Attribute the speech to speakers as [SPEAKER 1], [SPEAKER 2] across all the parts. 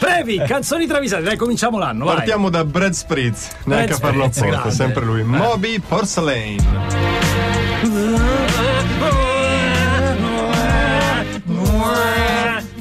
[SPEAKER 1] Previ, canzoni travisate, dai, cominciamo l'anno. vai.
[SPEAKER 2] Partiamo da Brad Spritz, neanche a farlo
[SPEAKER 1] Spritz,
[SPEAKER 2] apposta,
[SPEAKER 1] grande.
[SPEAKER 2] sempre lui. Moby Porcelain.
[SPEAKER 1] Eh,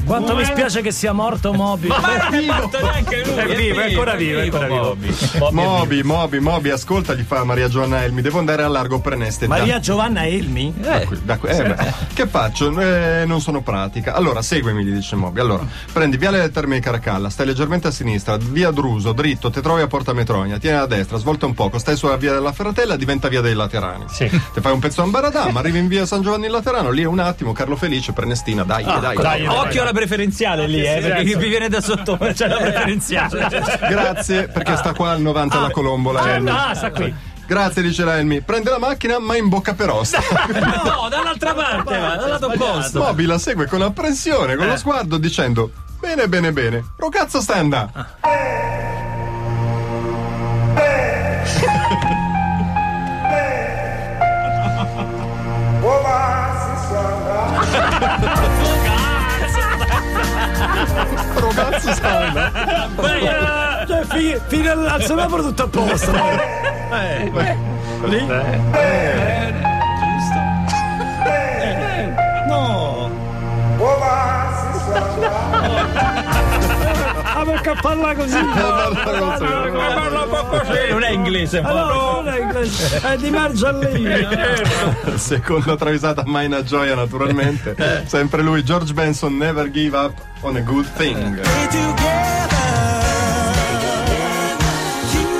[SPEAKER 1] Quanto mi spiace che sia morto Moby.
[SPEAKER 3] Ma non è morto neanche lui.
[SPEAKER 1] È vivo, è ancora vivo, è ancora vivo.
[SPEAKER 3] Bobby. Bobby è vivo.
[SPEAKER 2] Moby, Moby, Moby, ascolta, gli fa Maria Giovanna Elmi. Devo andare al largo per Nestetta.
[SPEAKER 1] Maria Giovanna Elmi?
[SPEAKER 2] Da qui- da qui- eh, beh, che faccio? Eh, non sono pratica. Allora, seguimi, gli dice Moby. Allora, prendi Viale del Termini Caracalla, stai leggermente a sinistra, via Druso, dritto, ti trovi a Porta Metronia, tieni a destra, svolta un poco, stai sulla via della Ferratella, diventa via dei Laterani.
[SPEAKER 3] Sì.
[SPEAKER 2] Ti fai un pezzo a Ambaradam, arrivi in via San Giovanni in Laterano, lì è un attimo, Carlo Felice, Prenestina, dai, dai,
[SPEAKER 3] Dai, Occhio alla preferenziale lì, eh, perché vi viene da sotto, c'è la
[SPEAKER 1] Cioè,
[SPEAKER 3] preferenziale.
[SPEAKER 2] Grazie, perché sta qua al 90 la colombola. Elmi.
[SPEAKER 3] Ah,
[SPEAKER 1] cioè,
[SPEAKER 3] sta qui.
[SPEAKER 2] Grazie, dice la Elmi. Prende la macchina, ma in bocca per ossa.
[SPEAKER 3] No, dall'altra parte, va, dal lato opposto.
[SPEAKER 2] Moby la segue con apprensione, con lo sguardo, dicendo: Bene, bene, bene. Rocazzo stai andando. Rocazzo sta andando.
[SPEAKER 1] Cioè, fi- fino all'alzo numero tutto a posto. Lì? No! Ah, perché parla così?
[SPEAKER 3] Parla un po' così, Non è inglese, ma
[SPEAKER 1] Allora, non è inglese, è di Margiallini.
[SPEAKER 2] Seconda travisata, mai una gioia naturalmente. Sempre lui, George Benson, Never Give Up on a Good Thing.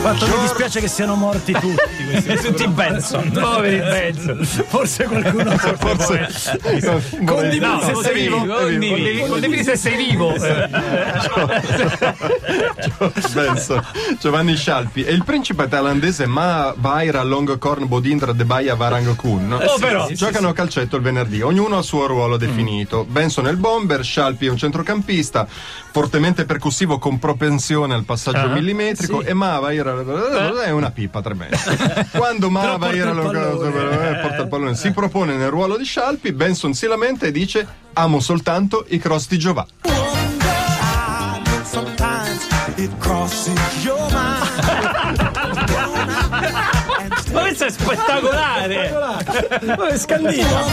[SPEAKER 1] Quanto mi dispiace che siano morti tutti.
[SPEAKER 3] è tutti Benson.
[SPEAKER 1] Poveri Benson. Forse qualcuno.
[SPEAKER 2] Forse
[SPEAKER 1] Condividi se sei
[SPEAKER 2] vivo, è vivo.
[SPEAKER 3] Condividi condividi se sei vivo.
[SPEAKER 2] Benson, Giovanni Scialpi e il principe thailandese Ma Vaira Longkorn Bodindra Debaya Varangkun
[SPEAKER 1] Eh,
[SPEAKER 2] no?
[SPEAKER 3] Oh, però.
[SPEAKER 2] giocano a calcetto il venerdì, ognuno ha il suo
[SPEAKER 1] Mm.
[SPEAKER 2] ruolo definito. Benson è il bomber, Scialpi è un centrocampista fortemente percussivo con propensione al
[SPEAKER 1] Ah,
[SPEAKER 2] passaggio millimetrico e Ma Vaira è una pipa tremenda. Quando Ma
[SPEAKER 1] Eh. Però porta
[SPEAKER 2] Vaira
[SPEAKER 1] il pallone. Eh.
[SPEAKER 2] Longkorn porta il pallone si propone nel ruolo di Scialpi, Benson si lamenta e dice amo soltanto i cross di Giovanni.
[SPEAKER 4] Sometimes it crosses your mind.
[SPEAKER 3] Ma questo è spettacolare.
[SPEAKER 1] Ma è scandino.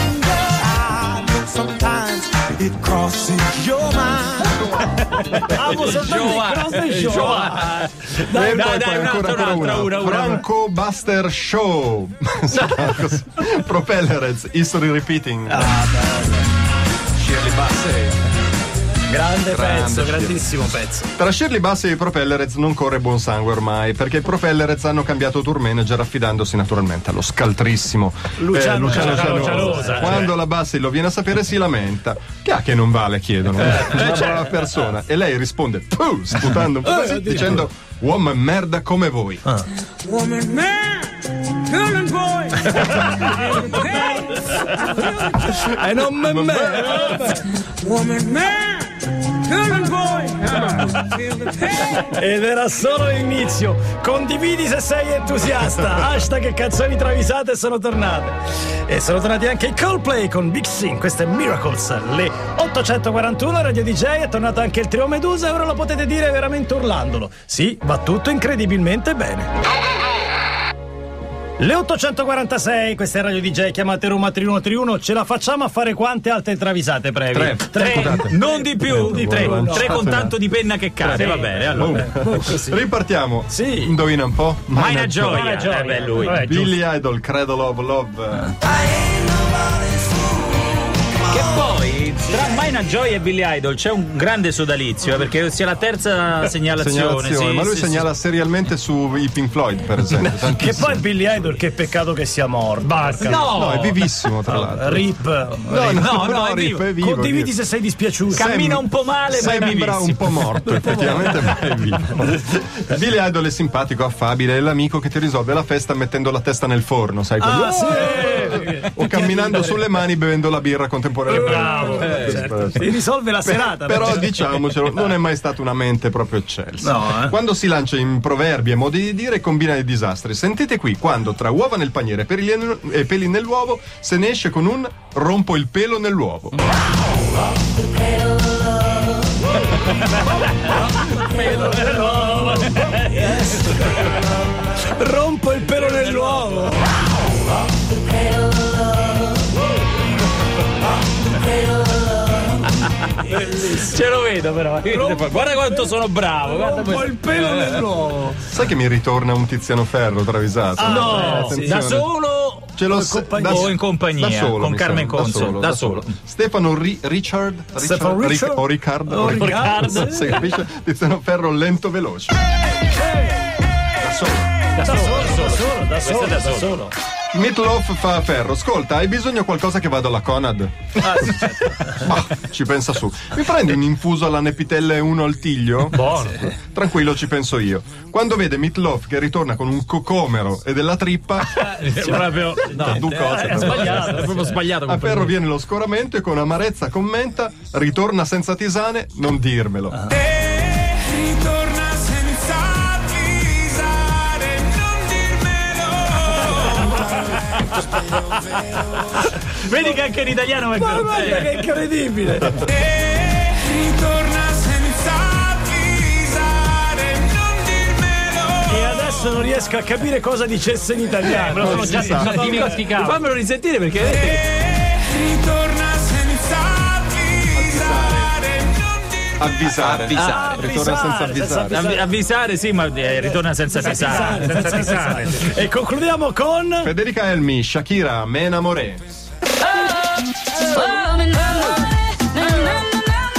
[SPEAKER 4] Sometimes it crosses your mind.
[SPEAKER 1] Amo soltanto i
[SPEAKER 3] Giovanni.
[SPEAKER 1] cross dei Giovanni.
[SPEAKER 2] Dai,
[SPEAKER 3] dai, dai, un'altra, un'altra, una, una.
[SPEAKER 2] Franco Buster Show. Si chiama così. Propellerets, History Repeating. Shirley Bassey.
[SPEAKER 1] Grande pezzo,
[SPEAKER 2] Grande,
[SPEAKER 1] grandissimo pezzo.
[SPEAKER 2] Tra Shirley Bassey e i Propellerets non corre buon sangue ormai, perché i Propellerets hanno cambiato tour manager affidandosi naturalmente allo scaltrissimo eh,
[SPEAKER 1] Luciano-
[SPEAKER 2] Luciano
[SPEAKER 1] Luciano
[SPEAKER 2] Cianosa.
[SPEAKER 1] Cianosa,
[SPEAKER 2] Quando la Bassey lo viene a sapere si lamenta. Che ha che non vale, chiedono. Una brava persona. E lei risponde, "Puh", sputando un po' così, dicendo, uomo e merda come voi.
[SPEAKER 5] Woman, man, girl and boy.
[SPEAKER 1] E non me me.
[SPEAKER 5] Woman, man, girl and boy. Feel the pain.
[SPEAKER 1] Ed era solo l'inizio. Condividi se sei entusiasta. Hashtag canzoni travisate sono tornate. E sono tornati anche i Coldplay con Big Sin. Queste Miracles. Le 841 Radio DJ è tornato anche il trio Medusa e ora lo potete dire veramente urlandolo. Sì, va tutto incredibilmente bene. Le 846, questa è Radio DJ, chiamate Roma 3131, ce la facciamo a fare quante altre travisate brevi?
[SPEAKER 2] Tre.
[SPEAKER 3] Tre, non di più, di tre.
[SPEAKER 2] no, no.
[SPEAKER 3] Tre con tanto di penna che cade, va bene. Allora.
[SPEAKER 2] Ripartiamo.
[SPEAKER 1] Sì.
[SPEAKER 2] Indovina un po'.
[SPEAKER 3] Mai una
[SPEAKER 2] Mannaggia.
[SPEAKER 3] gioia. Eh beh, lui.
[SPEAKER 2] Billy Idol, Cradle of Love. eh,
[SPEAKER 3] Che poi, tra Mai una gioia e Billy Idol c'è un grande sodalizio, eh, perché sia la terza segnalazione.
[SPEAKER 2] Segnalazione,
[SPEAKER 3] sì,
[SPEAKER 2] ma lui
[SPEAKER 3] sì,
[SPEAKER 2] segnala serialmente sui Pink Floyd, per esempio.
[SPEAKER 1] Che
[SPEAKER 2] tantissimo.
[SPEAKER 1] poi Billy Idol, che peccato che sia morto.
[SPEAKER 3] sì. No,
[SPEAKER 2] No, è vivissimo, tra l'altro.
[SPEAKER 1] Rip.
[SPEAKER 2] No,
[SPEAKER 3] no, no, è
[SPEAKER 2] Rip,
[SPEAKER 3] vivo.
[SPEAKER 2] è vivo.
[SPEAKER 1] Condividi
[SPEAKER 2] Rip.
[SPEAKER 1] se sei dispiaciuto.
[SPEAKER 2] Sem-
[SPEAKER 3] Cammina un po' male, ma è
[SPEAKER 2] Sembra
[SPEAKER 3] vivissimo.
[SPEAKER 2] un po' morto, effettivamente, ma è vivo. Billy Idol è simpatico, affabile, è l'amico che ti risolve la festa mettendo la testa nel forno,
[SPEAKER 3] Ah,
[SPEAKER 2] sai? così. O camminando sulle mani bevendo la birra contemporaneamente.
[SPEAKER 1] Bravo, eh, certo. Ti risolve la serata.
[SPEAKER 2] Però diciamocelo, non è mai stata una mente proprio eccelsa.
[SPEAKER 1] No, eh.
[SPEAKER 2] Quando si lancia in proverbi e modi di dire, combina i disastri. Sentite qui, quando tra uova nel paniere e peli- e peli nell'uovo, se ne esce con un rompo il pelo nell'uovo.
[SPEAKER 1] pelo nell'uovo. Rompo il pelo nell'uovo.
[SPEAKER 3] Ce lo vedo però. Guarda quanto sono bravo. Guarda
[SPEAKER 1] Rompo
[SPEAKER 3] questo.
[SPEAKER 1] il pelo nell'uovo.
[SPEAKER 2] Sai che mi ritorna un Tiziano Ferro travisato?
[SPEAKER 3] Ah,
[SPEAKER 2] eh,
[SPEAKER 3] No,
[SPEAKER 2] Attenzione.
[SPEAKER 3] da solo.
[SPEAKER 2] Ce l'ho
[SPEAKER 3] o in
[SPEAKER 2] se-
[SPEAKER 3] compagnia?
[SPEAKER 2] da-
[SPEAKER 3] o in compagnia
[SPEAKER 2] da solo,
[SPEAKER 3] con
[SPEAKER 2] mi
[SPEAKER 3] Carmen
[SPEAKER 2] sembra,
[SPEAKER 3] Consoli, da, solo.
[SPEAKER 2] Stefano Ri- Richard,
[SPEAKER 1] Stefano
[SPEAKER 2] Ric-
[SPEAKER 1] Richard?
[SPEAKER 2] o Ricard,
[SPEAKER 1] O Ricard.
[SPEAKER 2] Non si capisce? Tiziano Ferro lento veloce. Da solo.
[SPEAKER 3] Da solo, da solo, da solo, da solo.
[SPEAKER 2] Meatloaf fa a ferro. Ascolta, hai bisogno qualcosa che vada alla Conad? certo. Ma ci pensa su. Mi prendi un infuso alla Nepitelle 1 al tiglio?
[SPEAKER 3] Buono.
[SPEAKER 2] Tranquillo, ci penso io. Quando vede Meatloaf che ritorna con un cocomero e della trippa,
[SPEAKER 3] Sì,
[SPEAKER 1] Cioè,
[SPEAKER 3] proprio- no.
[SPEAKER 1] Eh,
[SPEAKER 2] due cose.
[SPEAKER 3] È sbagliato, è proprio sbagliato.
[SPEAKER 2] A
[SPEAKER 3] compagnia.
[SPEAKER 2] Ferro viene lo scoramento e con amarezza commenta: ritorna senza tisane, non dirmelo.
[SPEAKER 4] E ritorna senza avvisare, non dirmelo.
[SPEAKER 3] Vedi che anche in italiano è
[SPEAKER 1] Ma
[SPEAKER 3] così.
[SPEAKER 1] guarda che incredibile.
[SPEAKER 4] E ritorna senza avvisare, non dirmelo.
[SPEAKER 1] E adesso non riesco a capire cosa dicesse in italiano.
[SPEAKER 3] Me lo sono già
[SPEAKER 2] si sa.
[SPEAKER 3] già dimenticato. Fammelo risentire perché
[SPEAKER 4] E ritorna senza avvisare, non dirmelo.
[SPEAKER 2] Avvisare.
[SPEAKER 6] Avvisare.
[SPEAKER 2] Ritorna senza avvisare.
[SPEAKER 3] Avvi- avvisare sì, ma eh, ritorna senza avvisare.
[SPEAKER 1] Senza risare. E concludiamo con.
[SPEAKER 2] Federica Elmi, Shakira, Me Enamoré.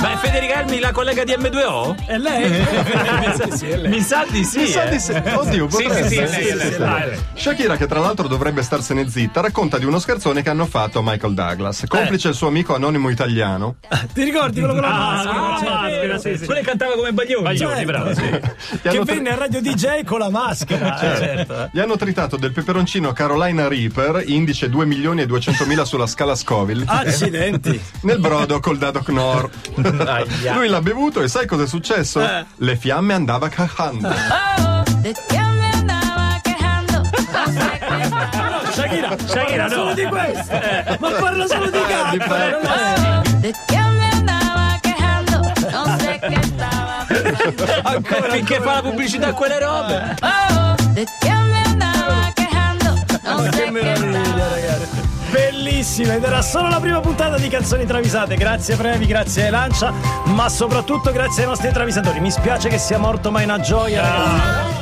[SPEAKER 3] Ma è Federica Elmi la collega di M2O?
[SPEAKER 1] E lei?
[SPEAKER 3] Mi sa di sì. eh.
[SPEAKER 2] Mi sa di sì. Oddio, potrebbe.
[SPEAKER 3] sì, è lei, è lei. Ah, è lei.
[SPEAKER 2] Shakira, che tra l'altro dovrebbe starsene zitta, racconta di uno scherzone che hanno fatto a Michael
[SPEAKER 1] Eh.
[SPEAKER 2] Douglas, complice il suo amico anonimo italiano.
[SPEAKER 1] Ti ricordi quello con la
[SPEAKER 3] Ah,
[SPEAKER 1] maschera?
[SPEAKER 3] maschera, sì, sì. Quello che cantava come Baglioni.
[SPEAKER 1] Certo.
[SPEAKER 3] bravo, sì.
[SPEAKER 2] Gli hanno
[SPEAKER 1] Che
[SPEAKER 2] tre-
[SPEAKER 1] venne a Radio DJ con la maschera. eh, certo.
[SPEAKER 2] Gli hanno tritato del peperoncino Carolina Reaper, indice 2 milioni e 200 mila sulla scala Scoville,
[SPEAKER 1] Ah. Accidenti.
[SPEAKER 2] nel brodo col dado Knorr.
[SPEAKER 3] Aia.
[SPEAKER 2] Lui l'ha bevuto e sai cosa è successo?
[SPEAKER 1] Eh.
[SPEAKER 2] Le fiamme andava cacando.
[SPEAKER 1] Shakira, Shakira,
[SPEAKER 3] no.
[SPEAKER 1] solo di questo. Ma parla solo di
[SPEAKER 2] Di
[SPEAKER 1] cacca.
[SPEAKER 2] fatto.
[SPEAKER 3] Ancora, Finché fa la pubblicità a quelle robe.
[SPEAKER 1] Che meraviglia, ragazzi. Bellissima ed era solo la prima puntata di Canzoni Travisate. Grazie Previ, grazie Lancia, ma soprattutto grazie ai nostri travisatori. Mi spiace che sia morto, ma è una gioia. ragazzi.